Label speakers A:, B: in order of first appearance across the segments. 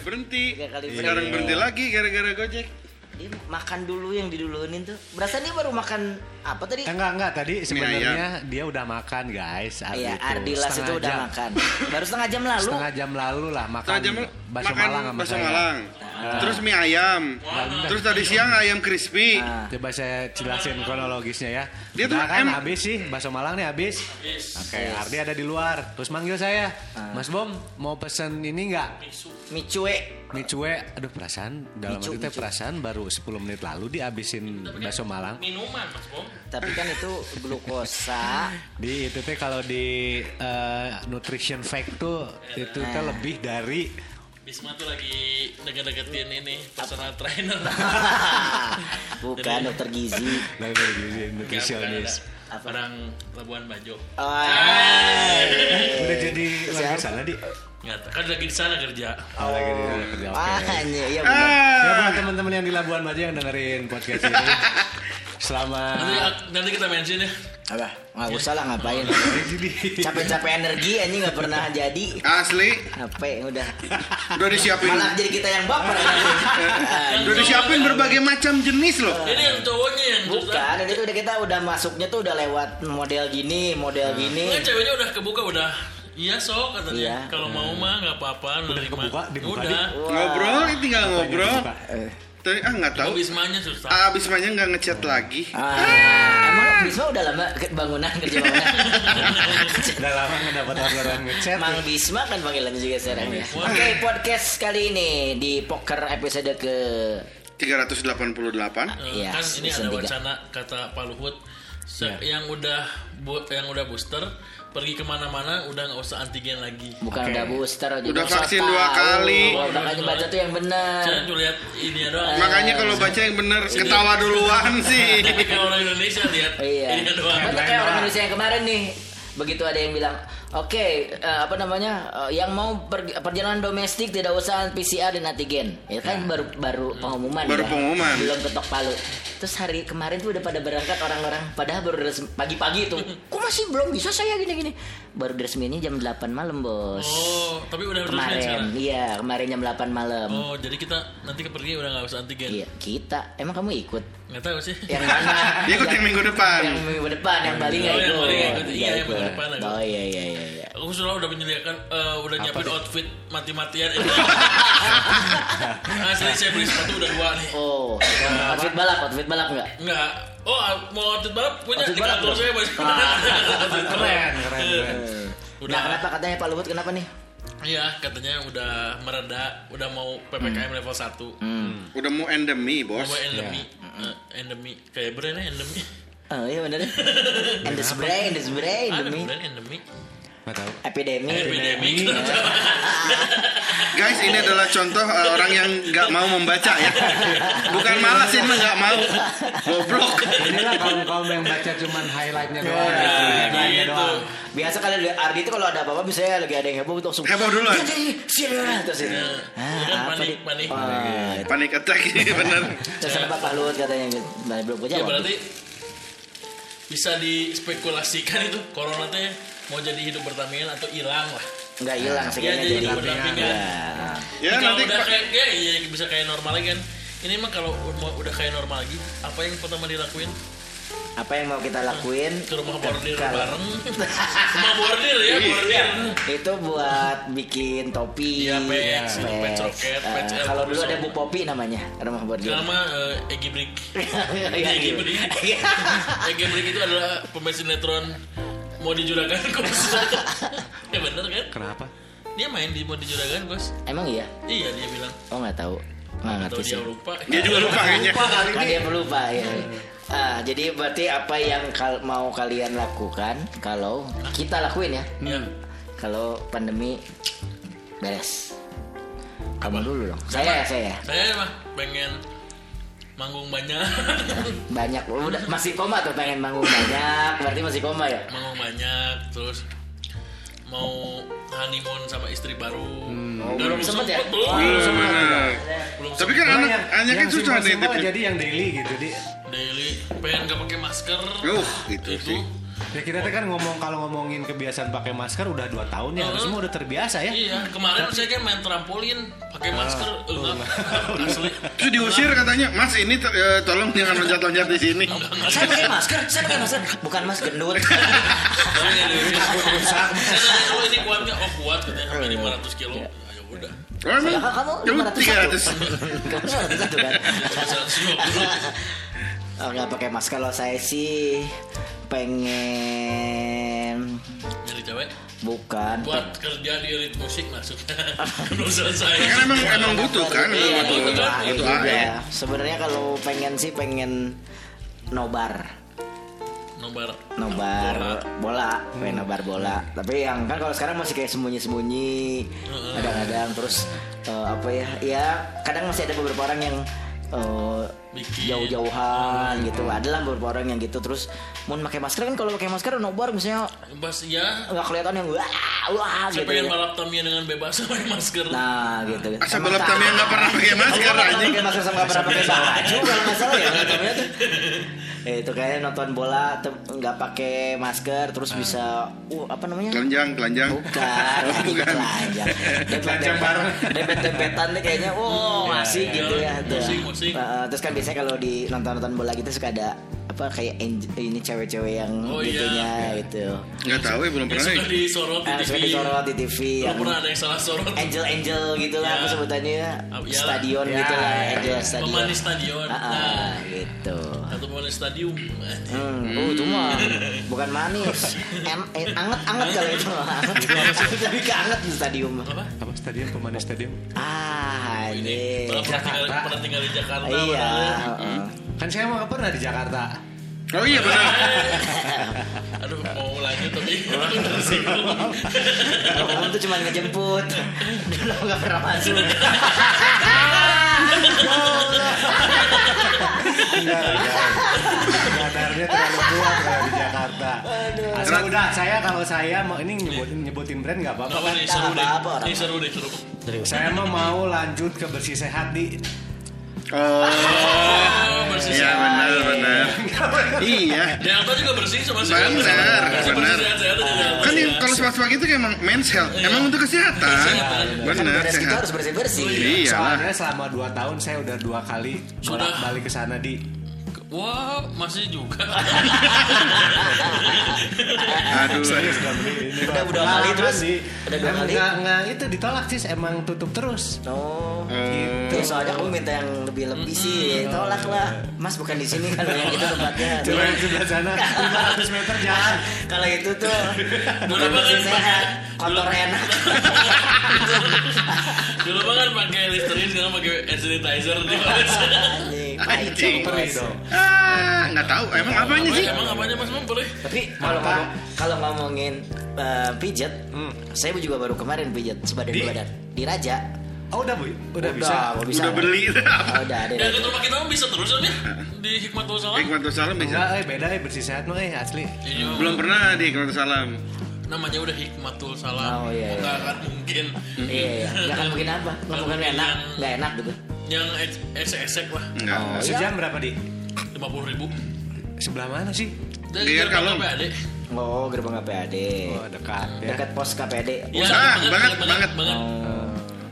A: berhenti
B: Iya.
C: Tiga kali
A: Iya. sekarang
C: berhenti.
A: berhenti lagi gara-gara gojek
C: Dia makan dulu yang diduluin tuh. Berasa dia baru makan apa tadi?
B: Enggak enggak tadi
A: Iya,
B: sebenarnya dia udah makan guys. Ardi
C: Iya,
B: itu.
C: Ardilas
B: Setengah
C: itu udah
B: jam.
C: makan. Baru setengah jam lalu.
B: Setengah jam lalu lah makan
A: Setengah jam
B: bakso
A: makan
B: Malang sama
A: bakso
B: saya. Nah.
A: Malang. Terus mie ayam. Terus tadi siang ayam crispy.
C: Ah.
B: Coba saya jelasin kronologisnya ya.
A: Dia tuh
B: Nah, kan
A: em-
B: habis sih, bakso Malang nih habis. Oke, Ardi ada di luar. Terus manggil saya,
C: Ah.
B: Mas Bom mau pesen ini nggak?
C: Mie cuek.
B: Mie cuek, aduh perasaan dalam
C: Micu,
B: hati teh
C: micu.
B: perasaan baru 10 menit lalu dihabisin bakso Malang.
D: Minuman Mas Bom.
C: Tapi kan itu glukosa.
B: Di itu teh kalau di eh, nutrition fact tuh itu teh lebih dari
D: Bisma tuh lagi deket-deketin ini personal trainer.
C: Bukan dokter gizi.
B: dari nutrisi-
D: Enggak, bukan,
B: nutritionist.
D: ada. Orang Labuan Bajo.
C: Wah.
B: Eh, Udah jadi
C: Siapa?
B: warga sana di.
D: Enggak, tahu. kan lagi di sana kerja.
B: Oh, lagi di kerja, oke.
C: Wah, iya, iya benar.
B: Ya
A: Ah.
B: buat teman-teman yang di Labuan Bajo yang dengerin podcast ini.
C: Ah.
B: Selamat
D: Nanti, nanti kita mention ya.
C: Apa? Nggak usah lah ngapain.
B: Jadi
C: Capek-capek energi anjing nggak pernah jadi.
A: Asli,
C: Apa ya, udah.
A: udah disiapin. Eh,
C: Malah jadi kita yang baper. Anjing.
A: Udah disiapin berbagai macam jenis loh.
D: Ini yang cowoknya yang
C: Bukan, ini tuh udah kita udah masuknya tuh udah lewat model gini, model gini.
D: Enggak, ceweknya udah kebuka udah. Iya sok kata
C: Iya.
D: dia. Kalau mau mah nggak apa-apa. Udah
B: kebuka, dibuka,
D: Udah.
A: Ngobrol, tinggal ngobrol.
B: Pak, eh,
A: Tapi ah nggak tahu.
D: Tahu Bismanya susah.
A: Ah, abis mainnya nggak ngechat lagi.
C: Ah, emang Bisma udah lama ke bangunan kerja bangunan.
B: udah lama nggak dapat orang ngechat.
C: Mang Bisma kan panggilannya juga sekarang ya. Oke, podcast kali ini di poker episode ke
A: 388.
D: Eh,
C: Iya,
D: kan ini
C: season
D: ada
C: tiga.
D: wacana kata Pak Luhut se- yang udah bu- yang udah booster pergi kemana-mana udah nggak usah antigen lagi.
C: bukan
B: Oke.
C: udah booster juga
A: Udah
C: usah
A: vaksin
C: tahu.
A: dua kali.
C: Makanya baca tuh yang benar.
D: Saya cuma lihat ini ya doang.
A: Makanya kalau baca yang bener ketawa duluan sih.
D: Tapi kalau orang Indonesia lihat
C: Iya.
D: ini ya doang.
C: Kan kayak orang Indonesia yang kemarin nih. Begitu ada yang bilang, "Oke, eh, apa namanya? eh, yang mau per- perjalanan domestik tidak usah PCR dan antigen." Ya kan baru baru pengumuman.
A: Baru
C: ya.
A: pengumuman.
C: Belum ketok palu. Terus hari kemarin tuh udah pada berangkat orang-orang padahal baru resmi, pagi-pagi tuh. Kok masih belum bisa saya gini-gini? Baru diresmiinnya jam 8 malam, Bos.
D: Oh, tapi udah resmi sekarang.
C: kemarin. Iya, kemarin jam 8 malam.
D: Oh, jadi kita nanti kepergi udah nggak usah antigen.
C: Iya, kita. Emang kamu ikut?
D: Nggak tahu sih.
C: Yang mana?
A: Dia ikut yang minggu depan.
B: Iya.
C: yang minggu depan yang Bali nggak
D: Oh, yang
C: ikut.
D: Bali nggak ikut. Iya, yang minggu
C: ikut.
D: depan nggak ikut.
C: Oh iya iya iya. iya.
D: Aku sudah udah menyediakan eh, udah nyiapin outfit mati-matian. Asli saya beli sepatu udah dua nih.
C: Oh, yang outfit balap, outfit balap nggak?
D: Enggak. Oh, mau outfit balap punya
C: Outfit
D: di
C: balap
D: kantor
C: dong.
D: saya banyak.
C: Ah.
D: Outfit balap.
B: Keren, keren, keren.
D: Udah.
C: Nah kenapa katanya Pak Luhut kenapa nih?
D: Iya, katanya udah mereda, udah mau PPKM level 1.
C: Hmm.
A: Udah mau endemi, bos.
D: Mau endemi.
C: Iya.
D: Eh, endemi. Kayak brandnya endemi.
C: Oh iya bener And the spray, and the spray,
D: Ada
C: demi
D: brand endemi. Iya,
B: Nggak tahu.
C: epidemi.
D: Epidemi.
A: Guys, ini adalah contoh eh, orang yang nggak mau membaca ya. Bukan malas ini mah nggak mau. Goblok.
B: Inilah kaum kaum yang baca cuman highlightnya doang.
D: Iya,
C: Nah,
B: highlightnya
D: gitu.
B: doang.
C: Biasa kali Ardi itu kalau ada apa-apa misalnya lagi ada yang heboh tuh langsung
A: Heboh duluan.
C: Iya, iya, iya. Terus ini.
D: Iya kan,
C: Ah, apa
D: panik,
C: nih?
D: panik. Iya.
C: Wah, itu.
A: Panik attack ini bener.
C: Terus kenapa Pak Luhut katanya gitu? Nah, belum gue
D: Ya
C: jawab.
D: berarti bisa dispekulasikan itu corona teh mau jadi hidup bertampingan atau hilang lah.
C: Nggak hilang sih
D: Iya
C: kayaknya
D: jadi
C: jadi.
D: hidup berdampingan.
C: Ya.
A: Ya
D: Kalau
A: nanti
D: udah kayak ya, iya, bisa kayak normal lagi kan. Ini mah kalau mau udah kayak normal lagi, apa yang pertama dilakuin?
C: apa yang mau kita lakuin
D: Ke rumah bordir
C: Kalau-
D: bareng. rumah bordir ya, bordir.
C: itu buat bikin topi
D: Iya,
C: patch.
D: patch, patch
C: Eh,
D: roket, patch
C: kalau
D: elbow
C: dulu ada
D: sama.
C: Bu Popi namanya rumah bordir
D: Nama eh, Egi Brick.
C: Iya,
D: Egi
C: iya.
D: Brick. Egi Brick itu adalah pemain sinetron mau di juragan kos. ya bener kan?
B: Kenapa?
D: Dia main di mau di juragan kos.
C: emang iya
D: Iya dia bilang.
C: oh nggak tahu nggak
D: Atau
C: ngerti sih
D: dia lupa.
A: dia juga lupa kayaknya.
C: kan dia pelupa ya Ah, jadi berarti apa yang kal- mau kalian lakukan kalau kita lakuin ya
D: Iya.
C: kalau pandemi beres kamu dulu dong saya saya
D: Saya mah pengen manggung banyak,
C: banyak udah masih koma tuh pengen manggung banyak berarti masih koma ya
D: manggung banyak, terus mau honeymoon sama istri baru. Dan
C: belum sempet ya?
D: belum.
A: Belum,
D: Belum.
A: bener.
D: Belum
A: Tapi
D: sempet.
A: kan anak
B: Yang-
A: anaknya kan
B: yang
A: susah nih.
B: simpel-simpel
A: tapi-
B: Jadi yang daily gitu di.
D: daily pengen gak pakai masker.
A: Uh, itu sih.
B: Ya kita teh kan ngomong kalau ngomongin kebiasaan pakai masker udah 2 tahun ya, harus semua udah terbiasa ya.
D: Iya, kemarin saya kan main trampolin
C: Ah,
D: pakai masker, eh, enggak, asli.
A: Terus diusir katanya, Mas ini to- eh, tolong jangan loncat-loncat di sini. Oh,
C: Saya pakai masker, saya pakai masker. Bukan mas gendut.
D: Tapi nggak diusir.
C: Takut rusak.
D: Saya tanya dulu ini kuatnya, oh kuat katanya sampai
C: Iya.
D: 500 kilo. Ayo udah,
A: Oh, emang?
C: Lah, kamu
A: Kamu
C: 501.
A: 300.
C: Kamu 501 kan? Oh,
D: 150.
C: nggak pakai masker kalau saya sih pengen
D: Jadi cewek
C: bukan
D: buat kerja di rit musik masuk. Belum selesai.
A: Ya, kan emang emang butuh kan, emang
C: Iya,
A: butuh
C: itu
A: butuh
C: lah, itu
A: AE.
C: juga. Sebenarnya kalau pengen sih pengen nobar,
D: Nomor
C: nobar bola,
D: Hmm.
C: pengen nobar bola. Tapi yang kan kalau sekarang masih kayak sembunyi-sembunyi,
D: Hmm.
C: kadang-kadang terus eh, apa ya? Ya kadang masih ada beberapa orang yang eh,
D: Bikin. Hmm.
C: jauh-jauhan gitu. Ada lah beberapa orang yang gitu terus mau pakai masker kan kalau pakai masker nobar misalnya
D: Bas ya,
C: nggak kelihatan yang wah wah gitu.
D: saya pengen
C: ya.
D: balap Tamiya dengan bebas pakai masker.
C: Nah gitu.
A: Asal
C: Emang
A: balap Tamiya nggak pernah pakai masker
C: Kalau
A: anjing.
C: pakai masker sama nggak pernah pakai baju kalau nggak salah ya nontonnya tuh. Eh, itu kayaknya nonton bola tem- nggak pakai masker
D: Ah.
C: terus bisa uh, apa namanya?
A: Telanjang, telanjang.
C: Bukan, gitu anjing
A: Bukan.
C: telanjang. Telanjang bareng. Dempet-dempetan nih kayaknya, wow asik
D: iya,
C: gitu ya.
D: iya.
C: tuh.
D: Musik-musik.
C: Heeh, terus kan biasanya kalau di nonton-nonton bola gitu suka ada apa kayak eng- ini cewek-cewek yang
D: Oh, iya.
C: gitunya gitu.
A: Nggak tahu ya belum
D: Yang
A: pernah.
D: suka
A: ya.
D: disorot di
C: Ah, suka
D: TV.
C: disorot di TV
D: Belum
C: yang
D: pernah ada yang salah sorot.
C: Angel Angel gitu lah apa sebutannya
D: Ah, iyalah.
C: stadion gitu lah Angel stadion
D: Pemanis stadion.
C: Ah, ah,
D: Nah,
C: gitu
D: atau pemanis stadium.
C: hmm. oh itu mah bukan manis em, eh, anget anget kalau itu mah Anget. lebih ke anget di stadium mah.
D: Apa?
B: Apa stadion pemanis stadion?
C: ah ini
D: Padahal pernah tinggal, pernah tinggal di Jakarta.
C: iya
D: padahal.
C: heeh.
B: Kan saya emang pernah di Jakarta.
A: Oh iya benar.
D: Aduh, mau lanjut tapi tersinggung.
C: Kalau kamu tuh cuma ngejemput Dulu nggak pernah masuk
B: Enggak, enggak. Radarnya terlalu kuat kalau di Jakarta. Asal udah, saya kalau saya mau ini nyebutin,
C: Iya.
B: nyebutin brand nggak apa-apa.
D: Apa
B: kan?
D: nih seru deh?
C: Apa orang?
D: Ini seru deh seru.
B: Saya mah mau lanjut ke bersih sehat di.
A: Oh,
D: Oh, bersih
A: iya
D: sehat.
A: benar benar. Iya.
D: Delta juga bersih sama sih.
A: Benar,
D: Bersih, bersih,
A: benar.
D: sehat-sehat aja Delta
A: Kan
D: ya.
A: yang kalau sepak sepak itu emang men's health, emang untuk kesehatan.
C: kan
A: Benar
C: beres kita
A: sehat.
C: harus bersih bersih
A: Iya lah.
B: Soalnya selama 2 tahun saya udah dua kali
D: Sudah.
B: bolak balik ke sana di.
D: Wah, masih juga.
A: Aduh.
B: Serius nggak beli ini, Pak.
C: Udah- udah kali
B: Pengalaman,
C: terus?
B: Di.
C: Udah dua
B: Emang
C: kali?
B: nggak- nggak itu ditolak sih, emang tutup terus.
C: Oh,
A: Hmm.
C: gitu. Soalnya kamu minta yang lebih-lebih sih, tolak lah. Mas bukan di sini kalau yang itu tempatnya.
B: Cuma yang sebelah sana 500 meter jalan.
C: kalau itu tuh bukan
D: Dulu
C: bersih
D: kan-
C: sehat, kotor enak.
D: Dulu mah kan pakai Listerine sekarang pakai hand sanitizer di mana?
C: Anjing, pahit
A: Anjing.
C: sama
B: Perih
C: bos.
B: dong.
A: Ah, nggak tahu. Emang apanya sih?
D: Emang apanya Mas Memperi?
C: Tapi kalau
B: Mata.
C: ngomong- kalau ngomongin eh, pijet, saya juga baru kemarin pijet sebadan
B: Di?
C: di badan di Raja.
B: Oh udah bu, udah, bisa.
C: udah bisa.
A: Udah beli.
C: Oh, udah ada.
D: Ya ke rumah kita mah bisa terus kan ya? Di Hikmatul Salam.
A: Hikmatul Salam
B: Enggak,
A: bisa.
B: eh beda eh bersih sehat mah eh asli.
D: Iya.
A: Belum pernah di Hikmatul Salam.
D: Namanya udah Hikmatul Salam.
C: Oh, iya, iya.
D: Nggak akan mungkin.
A: Mm.
C: Iya, iya. Gak akan mungkin apa? Gak mungkin
D: mungkin
C: enak,
D: yang-
C: gak enak gitu.
D: Yang es- esek-esek lah,
A: Enggak.
C: Oh, iya.
B: Sejam berapa di?
D: lima puluh ribu.
B: Sebelah mana sih?
A: Biar kalau-
D: adik.
C: Oh, gerbang KPAD.
B: Oh dekat ya.
C: Dekat pos KPAD.
D: Ya,
A: Usah, banget, banget.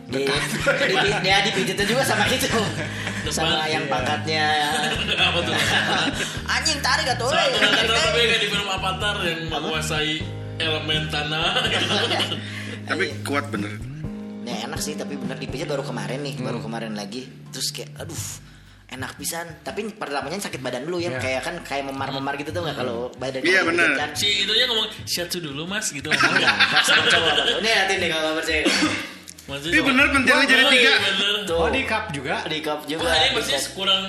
C: di, di, di, dia dipijetin juga sama itu sama yang
A: Iya.
C: pangkatnya
D: Apa tuh?
C: anjing tarik atau eh,
D: Satu kata
C: tarik,
D: tapi
C: eh.
D: kayak di film Avatar yang menguasai elemen tanah. gitu.
A: Tapi kuat bener.
C: ya enak sih tapi bener dipijit baru kemarin nih
A: Hmm.
C: baru kemarin lagi terus kayak aduh enak pisan tapi pertamanya sakit badan dulu ya kayak kan kayak memar-memar gitu tuh nggak kalau badan
A: Iya,
C: kalau
A: bener.
C: dipijit kan.
D: Si itunya ngomong siatu dulu mas gitu.
C: Enggak, Mas, coba coba ini nanti nih kalau nggak percaya
A: Ini bener, pentilnya jadi tiga.
C: tuh
B: Oh di cup juga.
C: di cup juga
D: Wah Oh, ini
C: pijet.
D: persis kurang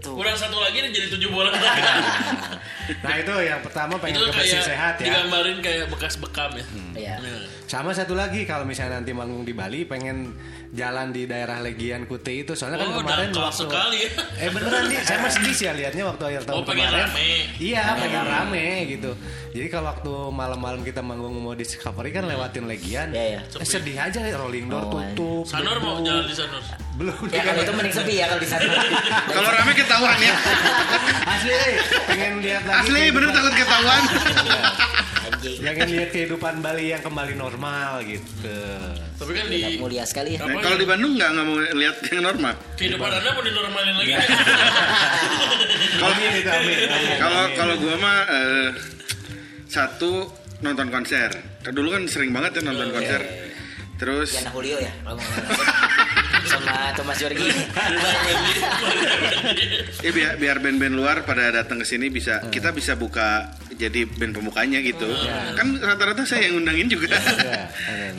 C: Iya, Tuh.
D: kurang satu lagi ini jadi tujuh bola.
B: Nah itu yang pertama pengen ke
D: itu
B: bersih
D: kayak
B: sehat ya.
D: digambarin kayak bekas bekam ya.
C: Iya.
D: Nah,
B: Sama satu lagi kalau misalnya nanti manggung di Bali pengen jalan di daerah Legian Kute itu soalnya kan
D: Oh,
B: kemarin
D: dangkal sekali ya.
B: Eh beneran nih, saya masih sedih sih ya liatnya waktu akhir tahun
D: Oh, pengen
B: kemarin.
D: rame.
B: Iya, pengen rame gitu. Jadi kalau waktu malam-malam kita manggung mau di Discovery kan lewatin Legian.
C: Iya, iya.
B: Eh, sedih aja rolling door
C: Oh,
B: tutup.
D: Sanur mau
B: debu.
D: jalan di Sanur.
B: Belum.
C: Ya kalau itu mending sepi ya kalau di sana.
A: Kalau rame ketahuan ya.
B: Asli, eh, pengen lihat lagi.
A: Asli
B: kehidupan- Iya.
A: bener takut ketahuan.
C: Anjing.
B: Pengen lihat kehidupan Bali yang kembali normal gitu.
D: Tapi kan di
C: Mulia sekali ya.
A: Nah, kalau di Bandung nggak nggak mau lihat yang normal.
D: kehidupan Anda mau dinormalin lagi.
A: Kalau
B: Amin itu amin. amin,
A: kalau
B: amin.
A: kalau gua mah eh, satu nonton konser. Kan Dulu kan sering banget ya nonton konser. Terus
C: Yana Julio ya kalau mau ngomong. sama Thomas Jorgi.
A: Iya. ya biar biar band-band luar pada datang ke sini bisa kita bisa buka jadi band pembukanya gitu. Kan rata-rata saya yang ngundangin juga.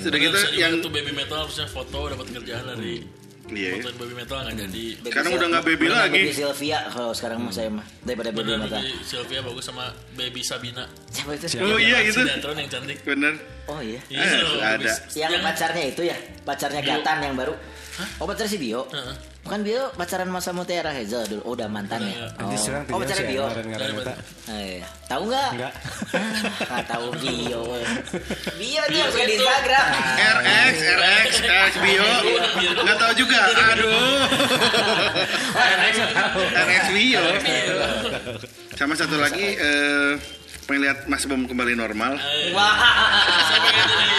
A: Sudah gitu yang
D: tuh baby metal harusnya foto dapat kerjaan dari
A: Iya.
D: fotoin baby metal nggak jadi.
A: Sekarang udah nggak baby
C: Udah nggak
A: lagi. Hmm.
C: Baby Sylvia kalau sekarang mah saya mah daripada baby
D: Bener
C: mata.
D: baby Sylvia bagus sama baby Sabina.
C: Siapa itu?
A: Oh iya gitu.
D: Sinetron yang cantik.
A: Bener.
C: Oh iya.
D: Iya,
A: Eh,
D: bagus.
A: ada.
C: Yang pacarnya itu ya, pacarnya Gatan yang baru. Oh pacar si Bio.
D: Heeh. Iya.
C: Bukan Bio pacaran masa Mutiara Hazel dulu. Oh udah mantan ya.
B: Nanti serang
C: Oh, oh pacarnya Bio.
B: ngaran eta.
C: Eh, tahu nggak?
B: Nggak.
C: Ah, nggak tahu Bio. Bio tuh yang
D: Bio
C: suka di
D: itu.
C: Instagram.
A: RX, RX, RX Bio Nggak tahu juga Aduh
C: Ah.
A: RX Bio Sama satu lagi eh, Pengen lihat Mas Bom kembali normal
D: Eh,
C: Wah.
D: Saya pengen dari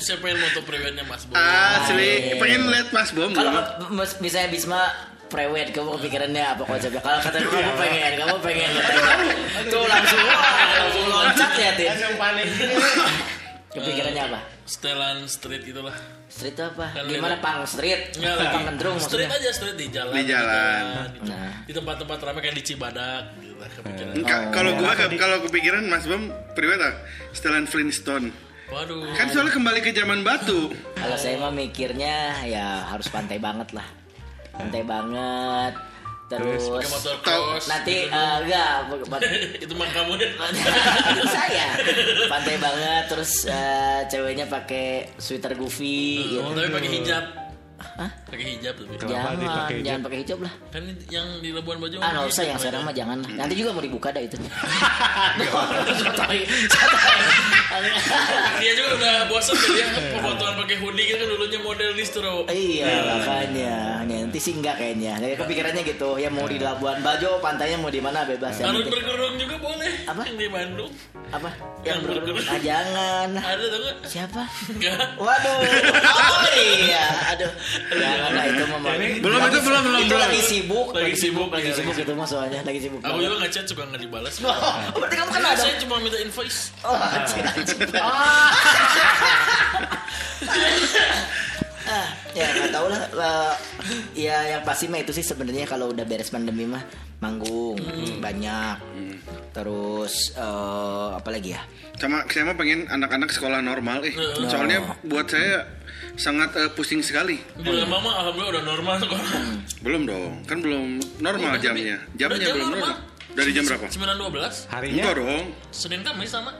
D: saya pengen foto priwetnya Mas Bo.
A: Ah. Asli Pengen lihat Mas Bom
C: Kalau
A: gua.
D: Iya.
C: mas- misalnya Bisma prewed kamu kepikirannya apa konsepnya kalau kata kamu pengen kamu pengen tuh langsung wah, langsung loncat ya Tin
B: Yang panik.
C: kepikirannya apa
D: Setelan street gitulah.
C: street itu apa
D: Kan
C: gimana
D: beda.
C: pang street
D: Enggak
C: pang
D: lagi.
C: kendrung
D: Street
C: maksudnya
D: aja street di jalan. gitu kan.
A: Di jalan.
D: Di, jalan,
C: Nah.
D: di tempat-tempat ramai kayak di Cibadak gitu lah kepikiran.
A: Nggak, Kalau
D: iya,
A: gua ke- kalau kepikiran Mas Bom Pribadi Setelan Flintstone
D: Waduh.
A: Kan soalnya kembali ke zaman batu
C: kalau saya mah mikirnya ya harus pantai banget lah pantai banget terus
D: Pakai motor cross.
C: nanti eh, enggak bukan-
D: itu mah kamu deh.
C: Itu saya pantai banget terus eh, ceweknya pakai sweater goofy
A: Iya.
C: gitu.
D: Oh, Tapi pakai hijab. Pakai hijab tapi.
B: Kenapa
C: jangan
B: dipakai
C: jangan pakai hijab lah
D: Kan yang di Labuan Bajo.
C: ah nggak usah yang sekarang mah jangan lah nanti juga mau dibuka dah itu Iya, Sotoy, sotoy.
D: Dia juga udah bosan jadi fotoan pakai hoodie gitu kan dulunya model distro.
C: Iya makanya nanti sih enggak kayaknya. Kayak kepikirannya gitu ya mau di Labuan Bajo pantainya mau di mana bebas yang
D: Harus
C: penting.
D: berkerudung juga boleh.
C: Apa?
D: Yang di Bandung.
C: apa yang
D: Yang
C: berkerudung?
D: berkerudung.
C: Ah jangan.
D: Ada tau gak?
C: Siapa?
D: Enggak.
C: Waduh. Oh iya. Aduh. Jangan lah itu mah.
A: Belum, itu belum, belum,
C: Itu
A: belum.
C: lagi sibuk.
D: Lagi sibuk,
C: Lagi
D: iya,
C: sibuk
D: lagi
C: itu mah soalnya lagi sibuk.
D: Aku
C: banget.
D: juga ngechat suka nggak dibalas. Iya,
C: Oh, berarti kamu kenal dong.
D: Saya cuma minta invoice.
C: Oh, anjing, anjing. Ah, ya nggak tahu lah eh, ya yang pasti mah itu sih sebenarnya kalau udah beres pandemi mah manggung banyak terus eh, apa lagi ya
A: sama saya mah pengen anak-anak sekolah normal eh
D: Iya.
A: soalnya buat saya sangat eh, pusing sekali
D: Di
C: Hmm.
D: lama mah alhamdulillah udah normal kok.
A: belum dong kan belum normal jamnya jamnya
D: Iya, Udah jam
A: belum normal
D: normal. Iya.
A: dari jam berapa
D: 9.12
B: Harinya
A: enggak dong
D: Senin Kamis sama.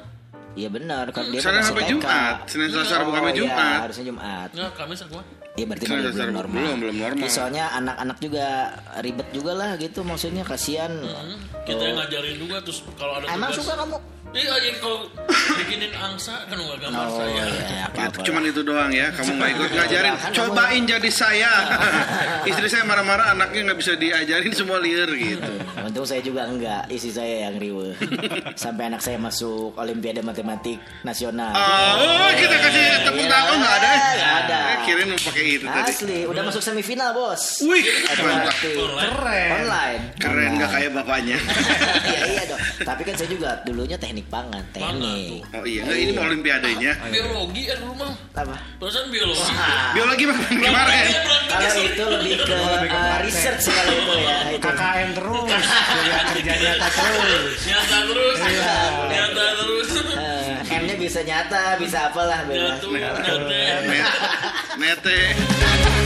C: Iya benar kan dia
A: Senin
C: masih
A: sampai
C: TK.
A: Jumat. Senin, Selasa, Rabu, Kamis,
C: iya,
A: Jumat.
C: harusnya Jumat.
D: Enggak, Kamis aku. mah.
C: Iya berarti
A: Senin,
C: masih
A: Selasa,
C: belum
A: Rabu.
C: normal.
A: Belum, belum normal.
C: Iya, soalnya anak-anak juga ribet juga lah gitu maksudnya kasihan.
D: Hmm,
C: Gitu.
A: Oh.
D: Kita yang ngajarin juga terus kalau ada
C: Hmm. Emang
D: tugas.
C: suka kamu?
D: Iya, iya kalau bikinin angsa kan nggak gambar
C: Oh
D: saya.
C: iya,
A: Itu
C: apa-apa.
A: cuman itu doang ya kamu nggak
D: Iya.
A: ikut ngajarin
C: Kan kamu-
A: cobain jadi saya istri saya marah-marah anaknya nggak bisa diajarin semua liar gitu
C: Hmm, Untung saya juga enggak, isi saya yang riwe. Sampai anak saya masuk Olimpiade Matematik Nasional. Iya,
A: oh
C: eh,
A: kita kasih tepuk tangan oh, nggak ada ya
C: Nggak ada. Ah,
A: Eh, kirain mau pakai itu tadi
C: Asli, udah masuk semifinal bos.
A: wih mantap
C: Otomatis.
B: keren.
C: Online.
A: keren nggak kayak bapaknya
C: Iya iya dong. Tapi kan saya juga dulunya teknik banget, teknik.
A: oh iya nggak ini mau olimpiadenya
D: Biologi kan dulu mah.
C: Apa?
D: Barusan biologi.
A: biologi mah kemarin
D: Iya, berarti
C: Ah, eh. Kalau itu lebih ke uh, research sih kalau itu ya. Itu.
B: KKN terus. Kuliah kerja nyata terus.
D: nyata terus. Nyata terus.
C: Eh, M-nya bisa nyata, bisa apalah. bebas.
D: Nyatu, nyate.
A: Nete.
E: Thank